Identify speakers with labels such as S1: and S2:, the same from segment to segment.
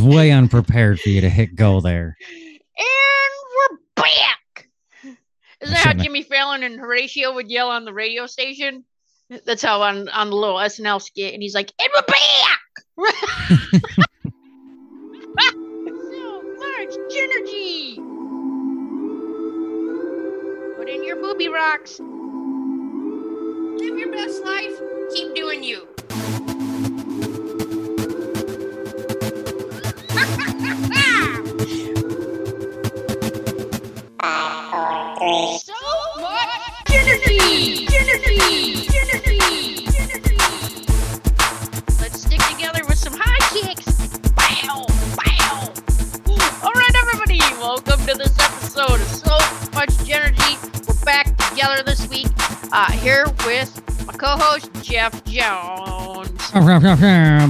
S1: way unprepared for you to hit go there.
S2: And we're back. Isn't that how
S1: shouldn't have-
S2: Jimmy Fallon and Horatio would yell on the radio station? That's how on on the little SNL skit, and he's like, "And we're back." so large energy. Put in your booby rocks. Live your best life. Keep doing you. So much energy. Energy. Energy. Energy. Let's stick together with some high kicks. Wow! Wow! All right, everybody, welcome to this episode of So Much Energy. We're back together this week uh, here with my co-host Jeff Jones.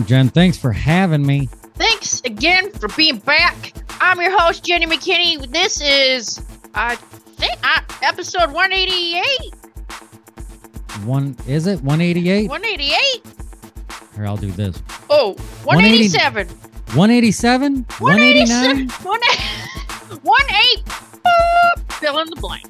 S1: Jen, thanks for having me.
S2: Thanks again for being back. I'm your host Jenny McKinney. This is I think uh, episode 188.
S1: One is it 188?
S2: 188.
S1: Here, I'll do this.
S2: Oh, 187.
S1: 187?
S2: 187.
S1: 189?
S2: 188. Boop. Fill in the blank.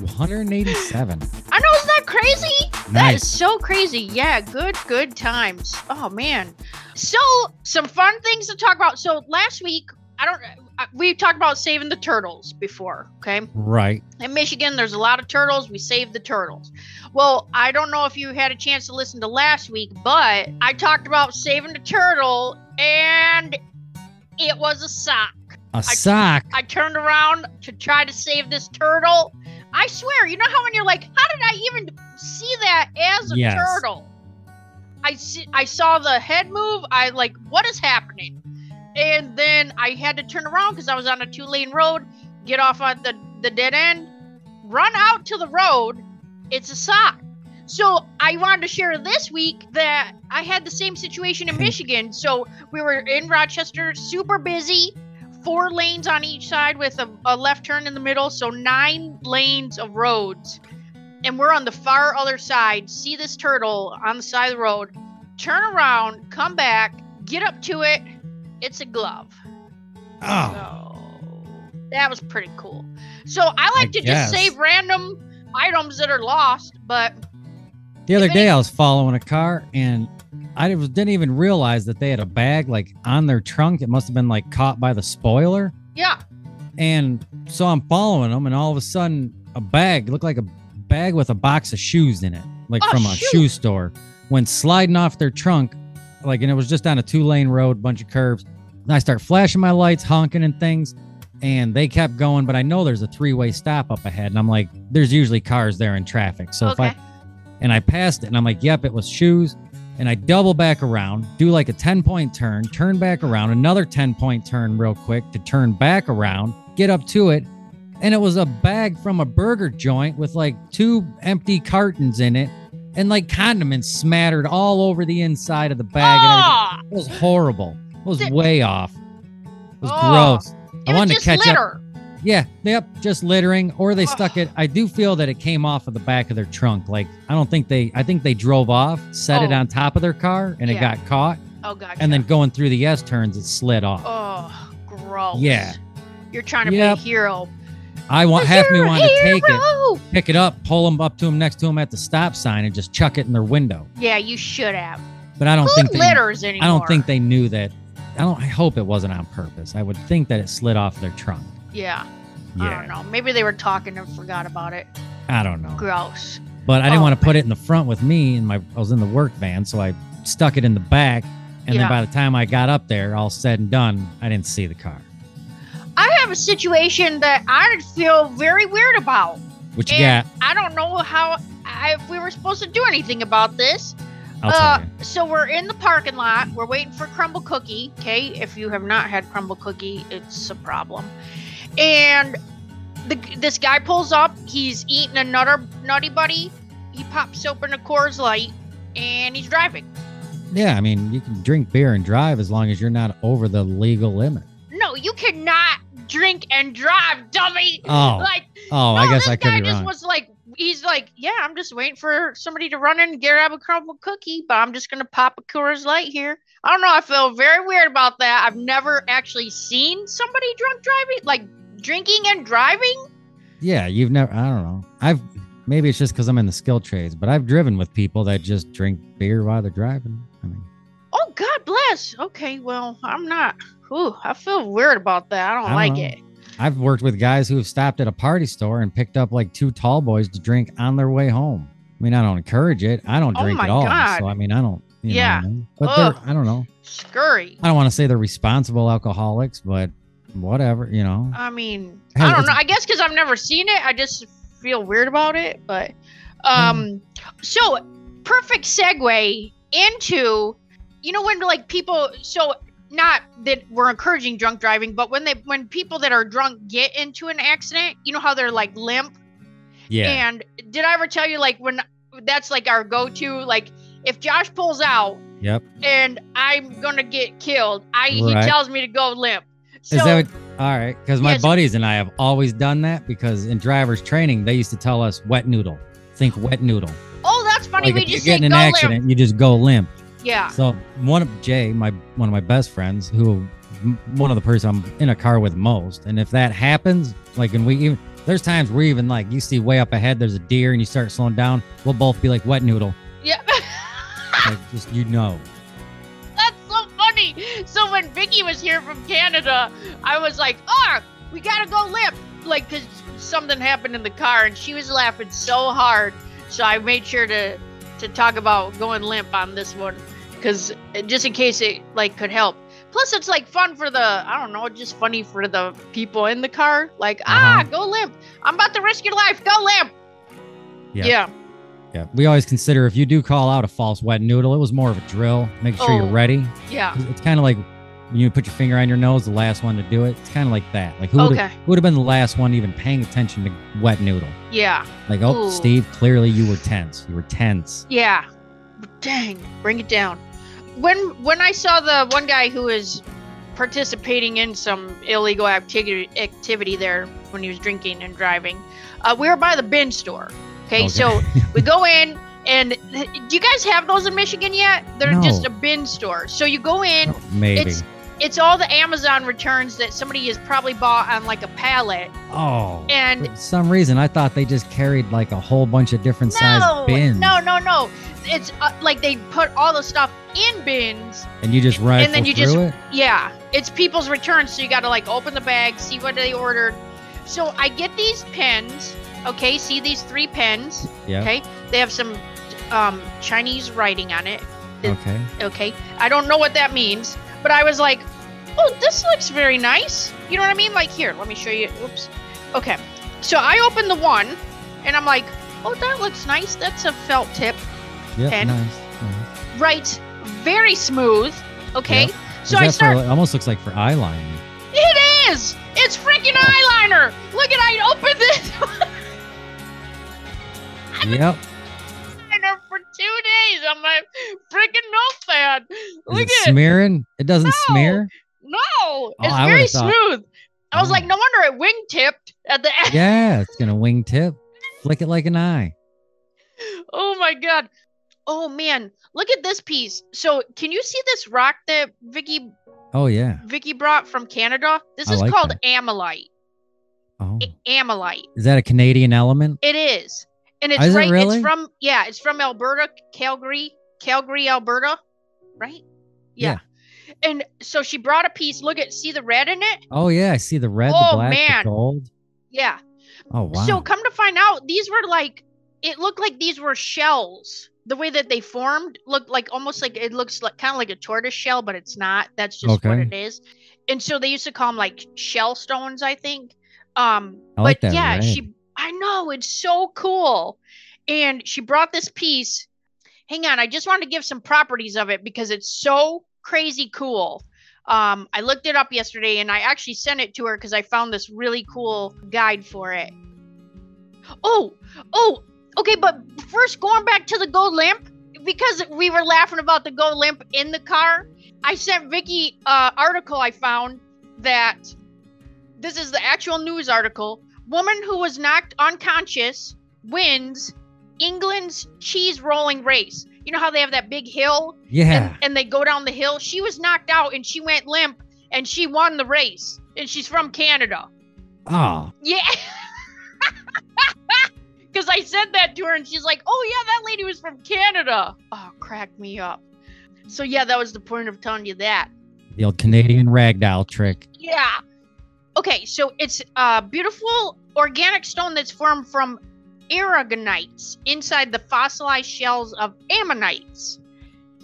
S1: 187.
S2: I know, isn't that crazy? That is
S1: Nice.
S2: so crazy. Yeah, good, good times. Oh man. So some fun things to talk about. So last week, I don't. uh, We talked about saving the turtles before. Okay.
S1: Right.
S2: In Michigan, there's a lot of turtles. We saved the turtles. Well, I don't know if you had a chance to listen to last week, but I talked about saving the turtle, and it was a sock.
S1: A sock.
S2: I turned around to try to save this turtle. I swear, you know how when you're like, how did I even see that as a
S1: Yes.
S2: turtle? I see, I saw the head move. I like, what is happening? And then I had to turn around because I was on a two lane road, get off on the, the dead end, run out to the road. It's a sock. So I wanted to share this week that I had the same situation in Michigan. So we were in Rochester, super busy, four lanes on each side with a, a left turn in the middle, so nine lanes of roads. And we're on the far other side, see this turtle on the side of the road, turn around, come back, get up to it. It's a glove.
S1: Oh,
S2: So that was pretty cool. So I like
S1: I
S2: to
S1: guess.
S2: just save random items that are lost, but
S1: the other day I was following a car and I was- didn't even realize that they had a bag like on their trunk. It must have been like caught by the spoiler.
S2: yeah,
S1: And so I'm following them, and all of a sudden, a bag looked like a bag with a box of shoes in it, like
S2: Oh,
S1: from a
S2: shoot.
S1: shoe store, went sliding off their trunk, like, and it was just on a two lane road, bunch of curves. And I start flashing my lights, honking and things, and they kept going. But I know there's a three way stop up ahead, and I'm like, there's usually cars there in traffic. So if
S2: okay.
S1: I and I passed it and I'm like, yep, it was shoes. And I double back around, do like a 10 point turn, turn back around, another 10 point turn real quick to turn back around, get up to it. And it was a bag from a burger joint with like two empty cartons in it and like condiments smattered all over the inside of the bag. And
S2: Ah,
S1: everything. It was horrible. It was
S2: Th-
S1: way off. It was
S2: Oh,
S1: gross.
S2: it
S1: I
S2: was
S1: wanted to
S2: just
S1: catch up
S2: litter.
S1: yeah, yep, just littering, or they
S2: Ugh.
S1: stuck it. I do feel that it came off of the back of their trunk. Like I don't think they. I think they drove off, set it
S2: Oh.
S1: on top of their car, and it
S2: Yeah.
S1: got caught.
S2: Oh god.
S1: And then going through the S turns, it slid off.
S2: Oh, gross.
S1: Yeah.
S2: You're trying to
S1: Yep.
S2: be a hero.
S1: I want half me
S2: You're a
S1: wanted to take it,
S2: hero!
S1: pick it up, pull them up to them next to them at the stop sign, and just chuck it in their window.
S2: Yeah, you should have.
S1: But I don't
S2: Who
S1: think they, I
S2: litters anymore?
S1: don't think they knew that. I don't. I hope it wasn't on purpose. I would think that it slid off their trunk.
S2: Yeah, I don't
S1: Yeah,
S2: know. Maybe they were talking and forgot about it.
S1: I don't know.
S2: Gross.
S1: but I didn't
S2: Oh,
S1: want to put it in the front with me, and my I was in the work van, so I stuck it in the back. And
S2: Yeah.
S1: then by the time I got up there, all said and done, I didn't see the car.
S2: I have a situation that I feel very weird about.
S1: What you
S2: And
S1: got?
S2: I don't know how I, if we were supposed to do anything about this.
S1: I'll
S2: uh,
S1: tell you.
S2: So we're in the parking lot. We're waiting for Crumble Cookie. Okay, if you have not had Crumble Cookie, it's a problem. And the, this guy pulls up. He's eating another Nutty Buddy. He pops open a Coors Light, and he's driving.
S1: Yeah, I mean, you can drink beer and drive as long as you're not over the legal limit.
S2: No, you cannot drink and drive, dummy.
S1: Oh,
S2: Like,
S1: oh, I
S2: no,
S1: guess
S2: this
S1: Oh, I could
S2: guy
S1: be
S2: just
S1: wrong.
S2: was like, he's like, yeah, I'm just waiting for somebody to run in and grab a crumble cookie, but I'm just gonna pop a Coors Light here. I don't know. I feel very weird about that. I've never actually seen somebody drunk driving, like drinking and driving.
S1: Yeah, you've never. I don't know. I've maybe it's just because I'm in the skill trades, but I've driven with people that just drink beer while they're driving. I mean,
S2: Oh, God bless. Okay, well, I'm not. Ooh, I feel weird about that. I don't,
S1: I don't
S2: like it.
S1: know. I've worked with guys who have stopped at a party store and picked up like two tall boys to drink on their way home. I mean, I don't encourage it. I don't
S2: Oh
S1: drink
S2: my
S1: at all.
S2: God.
S1: So I mean, I don't. You know what I
S2: Yeah.
S1: mean? But they're,
S2: Ugh.
S1: I don't know.
S2: Scurry.
S1: I don't want to say they're responsible alcoholics, but whatever. You know.
S2: I mean,
S1: Hey,
S2: I don't
S1: it's-
S2: know. I guess because I've never seen it, I just feel weird about it. But, um, so perfect segue into, you know, when like people, so not that we're encouraging drunk driving, but when they, when people that are drunk get into an accident, you know how they're like limp.
S1: Yeah.
S2: And did I ever tell you like when that's like our go-to, like if Josh pulls out
S1: Yep.
S2: and I'm gonna get killed, I
S1: Right.
S2: he tells me to go limp. So
S1: Is that what, all right? Because my
S2: Yeah, so-
S1: buddies and I have always done that because in driver's training they used to tell us wet noodle. Think wet noodle.
S2: oh, that's funny.
S1: Like,
S2: we
S1: if you
S2: just
S1: get
S2: say
S1: in
S2: go
S1: an accident,
S2: limp.
S1: you just go limp.
S2: Yeah.
S1: So one of Jay, my one of my best friends, who m- one of the person I'm in a car with most, and if that happens, like, and we even there's times we're even like you see way up ahead, there's a deer, and you start slowing down, we'll both be like wet noodle,
S2: Yeah.
S1: like just you know,
S2: That's so funny. So when Vicky was here from Canada, I was like, "Ah, we gotta go limp," like because something happened in the car, and she was laughing so hard. So I made sure to to talk about going limp on this one, because just in case it like could help. Plus, it's like fun for the I don't know, just funny for the people in the car. Like, ah, go limp. I'm about to risk your life. Go limp.
S1: Yeah.
S2: yeah.
S1: yeah. We always consider if you do call out a false wet noodle, it was more of a drill. Make sure
S2: Oh.
S1: you're ready.
S2: yeah.
S1: It's kind of like when you put your finger on your nose, the last one to do it. It's kind of like that. Like who would
S2: Okay.
S1: would have been the last one even paying attention to wet noodle?
S2: Yeah.
S1: Like, oh,
S2: Ooh.
S1: Steve, clearly you were tense. You were tense.
S2: Yeah. Dang, bring it down. When when I saw the one guy who was participating in some illegal activity activity there when he was drinking and driving, uh, we were by the bin store. Okay,
S1: Okay.
S2: so we go in and do you guys have those in Michigan yet? They're just
S1: No.
S2: a bin store. So you go in,
S1: Oh, Maybe.
S2: it's it's all the Amazon returns that somebody has probably bought on like a pallet,
S1: Oh.
S2: and
S1: For some reason, I thought they just carried like a whole bunch of different
S2: no,
S1: sized bins.
S2: no, no, no. It's uh, like they put all the stuff in bins
S1: And you just rifle
S2: then you
S1: through
S2: just-
S1: it.
S2: Yeah, it's people's returns, so you gotta like open the bag, see what they ordered. So I get these pens. Okay, see these three pens.
S1: Yeah.
S2: Okay, they have some um, Chinese writing on it.
S1: Okay.
S2: Okay, I don't know what that means, but I was like, oh, this looks very nice. You know what I mean? Like here, let me show you. Oops. Okay, so I open the one, and I'm like, oh, that looks nice. That's a felt tip.
S1: Yep.
S2: Pen.
S1: Nice. nice.
S2: Writes very smooth. Okay,
S1: Yep. Is
S2: so I
S1: that
S2: start.
S1: for, almost looks like for eyeliner.
S2: It is! It's freaking eyeliner! Look at I opened this
S1: Yep.
S2: eyeliner for two days on my freaking notepad.
S1: Is
S2: Look
S1: it
S2: at it.
S1: smearing? It doesn't
S2: No.
S1: smear.
S2: No! It's
S1: I
S2: very
S1: would've thought-
S2: smooth. I was
S1: Oh.
S2: like, no wonder it wingtipped at the end.
S1: Yeah, it's gonna wing tip. Flick it like an eye.
S2: Oh my god. Oh man, look at this piece. So can you see this rock that Vicky
S1: Oh yeah.
S2: Vicky brought from Canada? This
S1: I
S2: is
S1: like
S2: called
S1: that.
S2: amylite.
S1: Oh.
S2: A- amylite.
S1: Is that a Canadian element?
S2: It is. And it's
S1: Is it
S2: right
S1: really?
S2: it's from yeah, it's from Alberta, Calgary, Calgary, Alberta, right? Yeah. And so she brought a piece. Look at see the red in it?
S1: Oh yeah, I see the red, the
S2: Oh,
S1: black,
S2: man.
S1: the gold.
S2: Yeah.
S1: Oh wow.
S2: So come to find out these were like it looked like these were shells. The way that they formed looked like almost like it looks like kind of like a tortoise shell, but it's not. That's just what
S1: Okay.
S2: it is. And so they used to call them like shell stones, I think. Um
S1: I like
S2: but
S1: that
S2: yeah,
S1: red.
S2: she I know it's so cool. And she brought this piece. Hang on, I just wanted to give some properties of it because it's so crazy cool. Um, I looked it up yesterday and I actually sent it to her because I found this really cool guide for it. Oh, oh, okay, but first going back to the go limp, because we were laughing about the go limp in the car, I sent Vicky uh article I found that this is the actual news article. Woman who was knocked unconscious wins England's cheese rolling race. You know how they have that big hill
S1: Yeah.
S2: and, and they go down the hill? She was knocked out and she went limp and she won the race. And she's from Canada.
S1: Oh,
S2: Yeah. Because I said that to her and she's like, oh, yeah, that lady was from Canada. Oh, cracked me up. So, yeah, that was the point of telling you that.
S1: the old Canadian ragdoll trick.
S2: Yeah. Okay, so it's a beautiful organic stone that's formed from aragonites inside the fossilized shells of ammonites.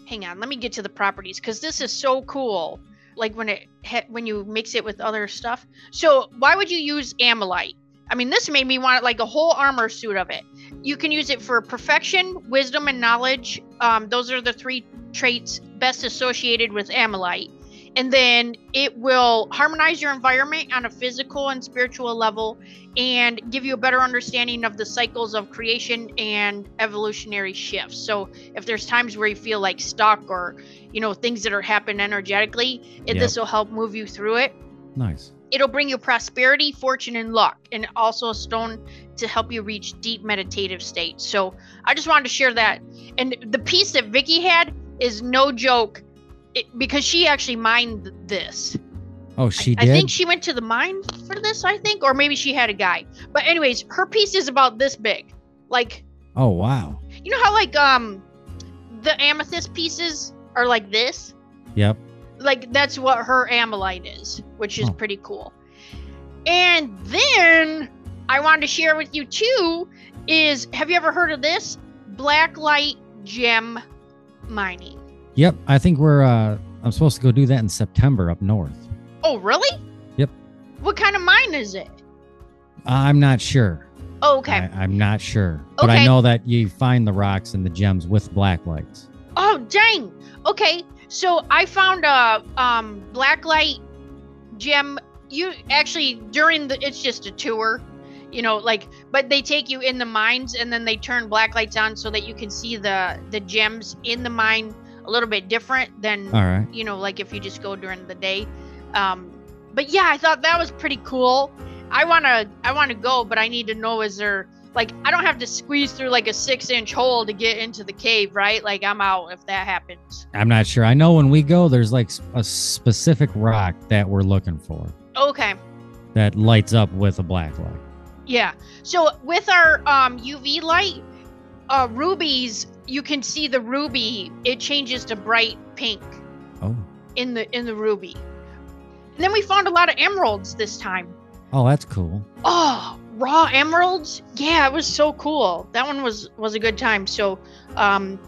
S2: Hang on, let me get to the properties because this is so cool. Like when it ha- when you mix it with other stuff. So why would you use amylite? I mean, this made me want like a whole armor suit of it. You can use it for perfection, wisdom, and knowledge. Um, those are the three traits best associated with amylite and then it will harmonize your environment on a physical and spiritual level and give you a better understanding of the cycles of creation and evolutionary shifts so if there's times where you feel like stuck or you know things that are happening energetically it,
S1: Yep.
S2: this will help move you through it
S1: Nice.
S2: it'll bring you prosperity fortune and luck and also a stone to help you reach deep meditative states so i just wanted to share that and the piece that vicky had is no joke it, because she actually mined this
S1: Oh, she
S2: I
S1: did.
S2: think she went to the mine for this, I think, or maybe she had a guy. But anyways, her piece is about this big. Like
S1: oh, wow.
S2: you know how like um the amethyst pieces are like this?
S1: Yep.
S2: Like that's what her amylite is, which is
S1: Oh.
S2: pretty cool. And then I wanted to share with you too is have you ever heard of this? Black light gem mining.
S1: Yep. I think we're. uh I'm supposed to go do that in September up north.
S2: Oh really?
S1: Yep.
S2: What kind of mine is it?
S1: Uh,
S2: Oh,
S1: I'm not sure.
S2: Okay.
S1: I, I'm not sure, but I
S2: Okay.
S1: know that you find the rocks and the gems with black lights.
S2: Oh dang! Okay, so I found a um blacklight gem. You actually during the it's just a tour, you know, like but they take you in the mines and then they turn blacklights on so that you can see the the gems in the mine a little bit different than
S1: All right.
S2: you know like if you just go during the day. Um, but yeah, I thought that was pretty cool. I wanna I wanna go, but I need to know is there like I don't have to squeeze through like a six inch hole to get into the cave, right? Like I'm out if that happens.
S1: I'm not sure. I know when we go, there's like s- a specific rock that we're looking for
S2: Okay.
S1: that lights up with a black light.
S2: Yeah. So with our um, UV light, uh, rubies, you can see the ruby. It changes to bright pink
S1: Oh.
S2: in the in the ruby. And then we found a lot of emeralds this time.
S1: Oh, that's cool.
S2: Oh, raw emeralds? Yeah, it was so cool. That one was was a good time. So, um,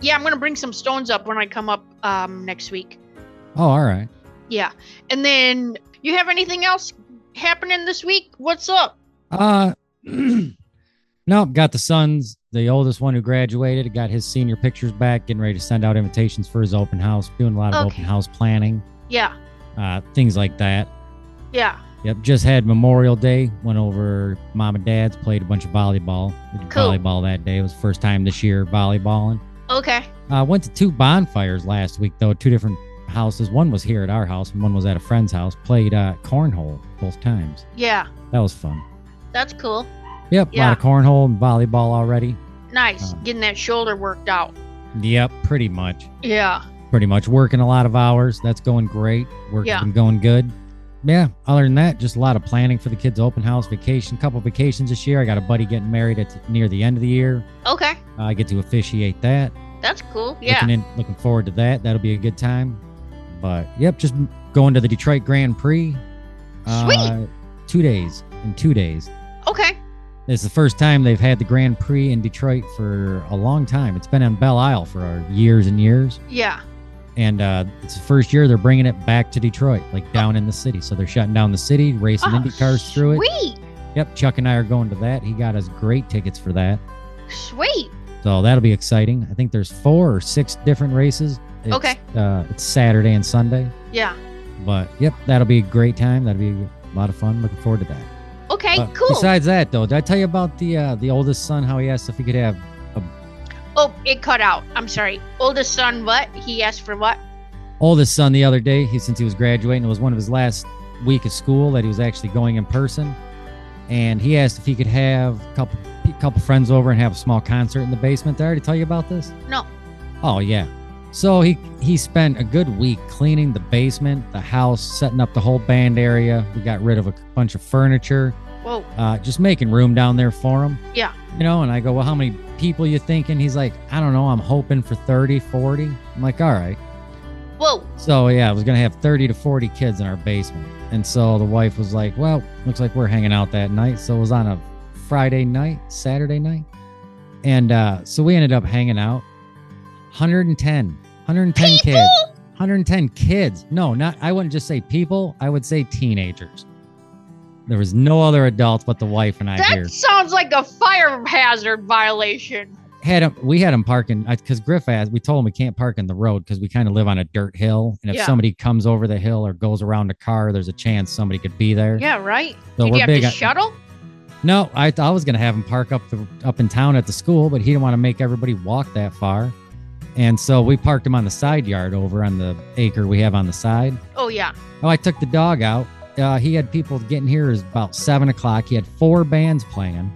S2: yeah, I'm gonna bring some stones up when I come up um, next week.
S1: Oh, all right.
S2: Yeah. And then you have anything else happening this week? What's up?
S1: Uh nope, got the sons, the oldest one who graduated, got his senior pictures back, getting ready to send out invitations for his open house, doing a lot of
S2: Okay.
S1: open house planning,
S2: Yeah.
S1: uh, things like that.
S2: Yeah.
S1: Yep, just had Memorial Day, went over mom and dad's, played a bunch of volleyball. We did
S2: Cool.
S1: Volleyball that day. It was the first time this year volleyballing.
S2: Okay.
S1: Uh, went to two bonfires last week though, two different houses. One was here at our house and one was at a friend's house. Played uh, cornhole both times.
S2: Yeah.
S1: That was fun.
S2: That's cool.
S1: Yep, a lot of cornhole and volleyball already.
S2: Nice.
S1: Um,
S2: Getting that shoulder worked out.
S1: Yep, pretty much.
S2: Yeah.
S1: Pretty much working a lot of hours. That's going great. Work's
S2: Yeah.
S1: been going good. Yeah. Other than that, just a lot of planning for the kids' open house vacation. Couple vacations this year. I got a buddy getting married at near the end of the year.
S2: Okay.
S1: Uh, I get to officiate that.
S2: That's cool. Yeah.
S1: Looking in, looking forward to that. That'll be a good time. But yep, just m- going to the Detroit Grand Prix. Uh, two days in two days.
S2: Okay.
S1: It's the first time they've had the Grand Prix in Detroit for a long time. It's been on Belle Isle for years and years.
S2: Yeah.
S1: and uh, it's the first year they're bringing it back to Detroit, like down in the city. So they're shutting down the city, racing Indy cars through it.
S2: Oh, Sweet.
S1: Yep, Chuck and I are going to that. He got us great tickets for that,
S2: Sweet.
S1: so that'll be exciting. I think there's four or six different races. It's,
S2: Okay.
S1: uh, it's Saturday and Sunday,
S2: Yeah.
S1: but yep, that'll be a great time. That'll be a lot of fun. Looking forward to that.
S2: Okay.
S1: But
S2: cool.
S1: Besides that, though, did I tell you about the uh, the oldest son? How he asked if he could have
S2: oh, it cut out. I'm sorry. Oldest son, what? He asked for what?
S1: oldest son the other day, he since he was graduating, it was one of his last week of school that he was actually going in person, and he asked if he could have a couple pe- couple friends over and have a small concert in the basement. Did I already tell you about this?
S2: No.
S1: Oh yeah. So he he spent a good week cleaning the basement, the house, setting up the whole band area. We got rid of a bunch of furniture,
S2: Whoa.
S1: uh, just making room down there for him.
S2: Yeah.
S1: You know, and I go, well, how many people you thinking? He's like, I don't know. I'm hoping for 30, 40. I'm like, all right.
S2: Whoa.
S1: So yeah, I was gonna have 30 to 40 kids in our basement. And so the wife was like, Well, looks like we're hanging out that night. So it was on a Friday night, Saturday night. And uh, so we ended up hanging out. 110, 110 kids. 110 kids. No, not I wouldn't just say people, I would say teenagers. There was no other adults but the wife and I
S2: That
S1: here.
S2: sounds like a fire hazard violation.
S1: Had him, we had him parking because Griff asked. We told him we can't park in the road because we kind of live on a dirt hill, and if
S2: Yeah.
S1: somebody comes over the hill or goes around the car, there's a chance somebody could be there.
S2: Yeah, right?
S1: So
S2: Did
S1: we're
S2: you have
S1: big
S2: to
S1: on-
S2: shuttle?
S1: No, I, I was gonna have him park up the, up in town at the school, but he didn't want to make everybody walk that far, and so we parked him on the side yard over on the acre we have on the side.
S2: Oh, yeah.
S1: Oh, I took the dog out. Uh, he had people getting here is about seven o'clock. He had four bands playing.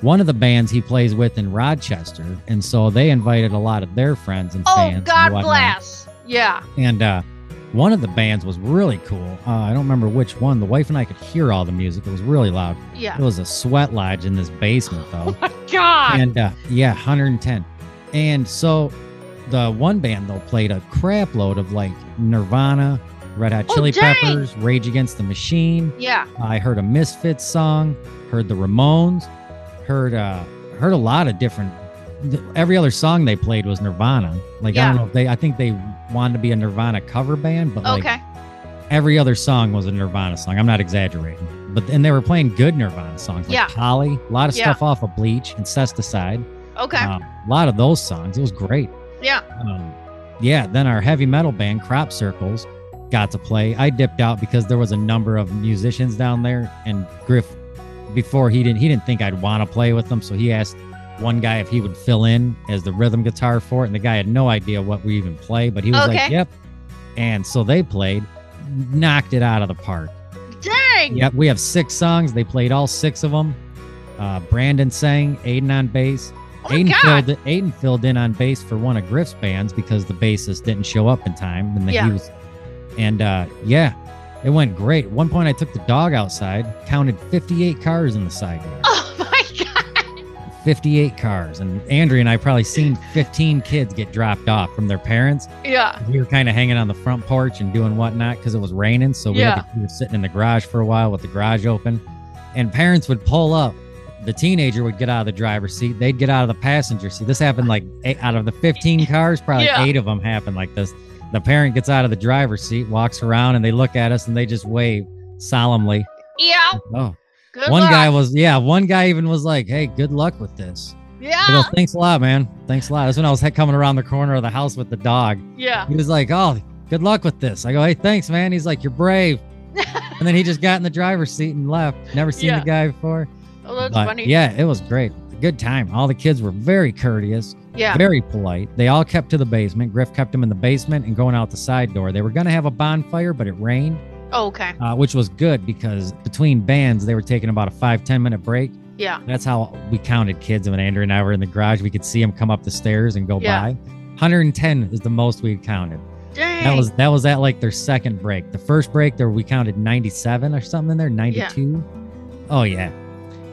S1: One of the bands he plays with in Rochester, and so they invited a lot of their friends and fans.
S2: Oh,
S1: and
S2: God
S1: whatnot.
S2: bless. Yeah.
S1: And uh, one of the bands was really cool. Uh, I don't remember which one. The wife and I could hear all the music. It was really loud. It
S2: Yeah.
S1: was a sweat lodge in this basement, though.
S2: God.
S1: and uh, yeah, 110. And so the one band though played a crap load of like Nirvana, Red Hot
S2: Oh,
S1: Chili
S2: dang.
S1: Peppers, Rage Against the Machine.
S2: Yeah.
S1: I heard a Misfits song, heard the Ramones, heard uh heard a lot of different th- every other song they played was Nirvana. Like I
S2: Yeah.
S1: don't know if they I think they wanted to be a Nirvana cover band, but like
S2: Okay.
S1: every other song was a Nirvana song. I'm not exaggerating. But and they were playing good Nirvana songs like
S2: Yeah.
S1: Polly, a lot of
S2: Yeah.
S1: stuff off of Bleach, Incesticide.
S2: Okay.
S1: Um, a lot of those songs. It was great.
S2: Yeah.
S1: Um, yeah. Then our heavy metal band, Crop Circles, got to play. I dipped out because there was a number of musicians down there, and Griff, before he didn't, he didn't think I'd want to play with them, so he asked one guy if he would fill in as the rhythm guitar for it, and the guy had no idea what we even play, but he was like,
S2: Okay.
S1: "Yep." And so they played, knocked it out of the park.
S2: Dang.
S1: Yep, we have six songs. They played all six of them. Uh, Brandon sang, Aiden on bass.
S2: Oh, my
S1: Aiden
S2: God.
S1: filled, Aiden filled in on bass for one of Griff's bands because the bassist didn't show up in time, and then
S2: Yeah.
S1: he was, and uh, yeah, it went great. At one point, I took the dog outside, counted 58 cars in the side yard,
S2: Oh, my God.
S1: 58 cars, and Andrea and I probably seen 15 kids get dropped off from their parents.
S2: Yeah.
S1: We were kind of hanging on the front porch and doing whatnot because it was raining, so we, had to, we were sitting in the garage for a while with the garage open, and parents would pull up the teenager would get out of the driver's seat. They'd get out of the passenger seat. This happened like eight, out of the 15 cars, probably
S2: Yeah.
S1: eight of them happened like this. The parent gets out of the driver's seat, walks around, and they look at us and they just wave solemnly.
S2: Yeah.
S1: Oh,
S2: Good
S1: one
S2: luck.
S1: guy was, yeah, one guy even was like, hey, good luck with this. I go,
S2: Yeah.
S1: thanks a lot, man. Thanks a lot. That's when I was he- coming around the corner of the house with the dog.
S2: Yeah.
S1: He was like, oh, good luck with this. I go, hey, thanks, man. He's like, you're brave. and then he just got in the driver's seat and left. Never seen
S2: Yeah.
S1: the guy before.
S2: Oh, that's
S1: But,
S2: funny.
S1: Yeah, it was great. Good time. All the kids were very courteous,
S2: Yeah.
S1: very polite. They all kept to the basement. Griff kept them in the basement and going out the side door. They were going to have a bonfire, but it rained,
S2: Oh, okay.
S1: uh, which was good because between bands, they were taking about a five ten minute break.
S2: Yeah.
S1: That's how we counted kids. And when Andrew and I were in the garage, we could see them come up the stairs and go
S2: Yeah.
S1: by. 110 is the most we've counted.
S2: Dang.
S1: That was that was at like their second break. The first break there we counted 97 or something in there, 92. Oh yeah.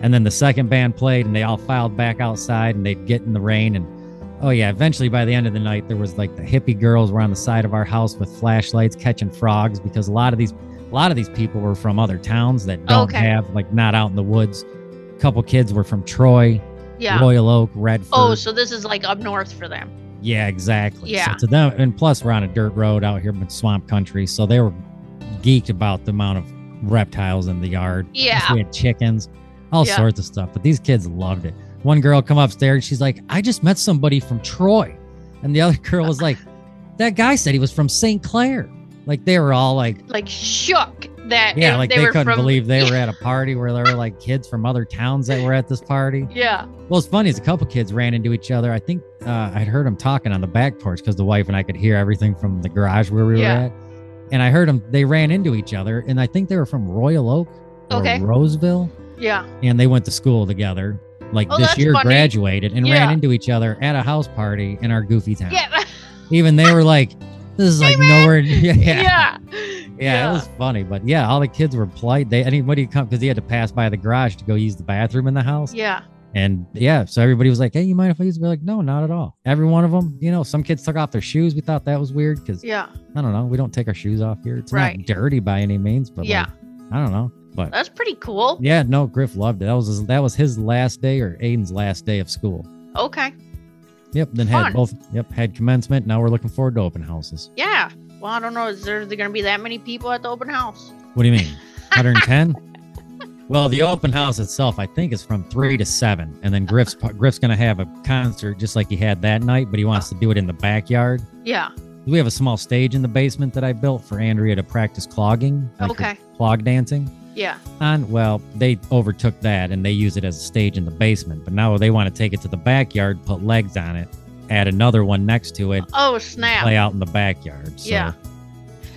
S1: And then the second band played and they all filed back outside and they'd get in the rain and oh yeah, eventually by the end of the night there was like the hippie girls were on the side of our house with flashlights catching frogs because a lot of these a lot of these people were from other towns that don't
S2: Oh, Okay.
S1: have like not out in the woods. A couple kids were from Troy,
S2: yeah.
S1: Royal Oak, Redford.
S2: Oh, so this is like up north for them.
S1: Yeah, exactly.
S2: Yeah.
S1: So to them, and plus we're on a dirt road out here in swamp country, so they were geeked about the amount of reptiles in the yard. Plus
S2: Yeah.
S1: We had chickens, all
S2: Yeah.
S1: sorts of stuff. But these kids loved it. One girl come upstairs, she's like, "I just met somebody from Troy," and the other girl was like, "That guy said he was from St. Clair." Like they were all like,
S2: Like shook that.
S1: yeah,
S2: it-
S1: like
S2: they,
S1: they,
S2: were
S1: couldn't
S2: from,
S1: believe they were at a party where there were like kids from other towns that were at this party.
S2: Yeah.
S1: Well, it's funny. Is a couple kids ran into each other. I think uh, I'd heard them talking on the back porch because the wife and I could hear everything from the garage where we
S2: Yeah.
S1: were at. And I heard them. They ran into each other, and I think they were from Royal Oak or
S2: Okay.
S1: Roseville,
S2: Yeah.
S1: and they went to school together. like
S2: Oh,
S1: this
S2: that's
S1: year
S2: funny.
S1: graduated and ran
S2: Yeah.
S1: into each other at a house party in our goofy town.
S2: Yeah.
S1: Even they were like, this is
S2: Hey,
S1: like
S2: man.
S1: nowhere. Yeah, yeah, yeah,
S2: Yeah.
S1: It was funny, but yeah, all the kids were polite. They anybody come because he had to pass by the garage to go use the bathroom in the house.
S2: Yeah.
S1: And yeah, so everybody was like, "Hey, you mind if I use?" We're like, "No, not at all." Every one of them, you know, some kids took off their shoes. We thought that was weird because
S2: Yeah.
S1: I don't know, we don't take our shoes off here. It's
S2: Right.
S1: not dirty by any means, but yeah,
S2: Yeah.
S1: I don't know, but
S2: That's pretty cool.
S1: yeah, no, Griff loved it. That was his, that was his last day or Aiden's last day of school.
S2: Okay.
S1: Yep. Then had
S2: Fun.
S1: both. Yep. Had commencement. Now we're looking forward to open houses.
S2: Yeah. Well, I don't know. Is there, going to be that many people at the open house?
S1: What do you mean? 110. well, the open house itself, I think, is from three to seven, and then Griff's Griff's gonna have a concert just like he had that night, but he
S2: Oh.
S1: wants to do it in the backyard.
S2: Yeah.
S1: We have a small stage in the basement that I built for Andrea to practice clogging, like her
S2: Okay.
S1: clog dancing.
S2: Yeah.
S1: On well, they overtook that and they use it as a stage in the basement, but now they want to take it to the backyard, put legs on it, add another one next to it,
S2: Oh, snap.
S1: play out in the backyard. So,
S2: Yeah.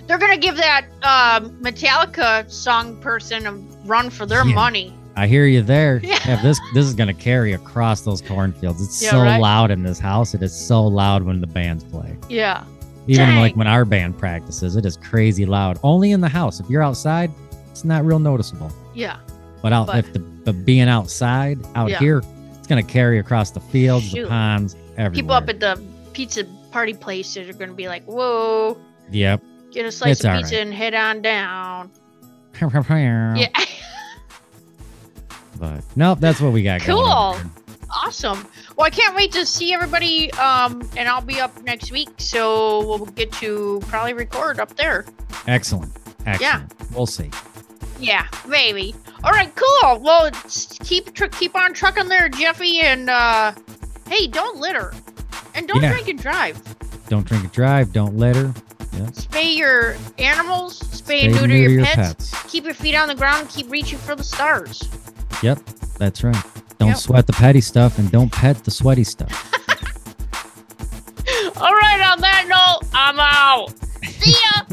S2: They're going to give that um, Metallica song person a run for their
S1: Yeah.
S2: money.
S1: I hear you there.
S2: Yeah.
S1: Yeah, this this is gonna carry across those cornfields. It's
S2: Yeah,
S1: so
S2: right.
S1: loud in this house. It is so loud when the bands play.
S2: Yeah.
S1: Even
S2: Dang.
S1: like when our band practices, it is crazy loud. Only in the house. If you're outside, it's not real noticeable.
S2: Yeah.
S1: But out
S2: But-
S1: if the but being outside out
S2: Yeah.
S1: here, it's gonna carry across the fields, the
S2: Shoot.
S1: ponds, everywhere.
S2: People up at the pizza party place are going to be like, whoa,
S1: yep.
S2: get a slice
S1: It's
S2: of
S1: all
S2: pizza
S1: right.
S2: and head on down. Yeah.
S1: yeah. But nope, that's what we got. going on.
S2: Cool. Awesome. Well, I can't wait to see everybody. Um, and I'll be up next week, so we'll get to probably record up there.
S1: Excellent. Excellent. We'll see.
S2: Yeah, maybe. All right, cool. Well, s- keep tr- keep on trucking there, Jeffy, and uh, hey, don't litter, and don't
S1: Yeah.
S2: drink and drive.
S1: Don't drink and drive. Don't litter.
S2: Spay your animals. Spay, and
S1: Spay and
S2: neuter,
S1: neuter
S2: your,
S1: your
S2: pets.
S1: pets.
S2: Keep your feet on the ground. Keep reaching for the stars.
S1: Yep, that's right. Don't
S2: Yep.
S1: sweat the petty stuff and don't pet the sweaty stuff.
S2: All right. On that note, I'm out. See ya.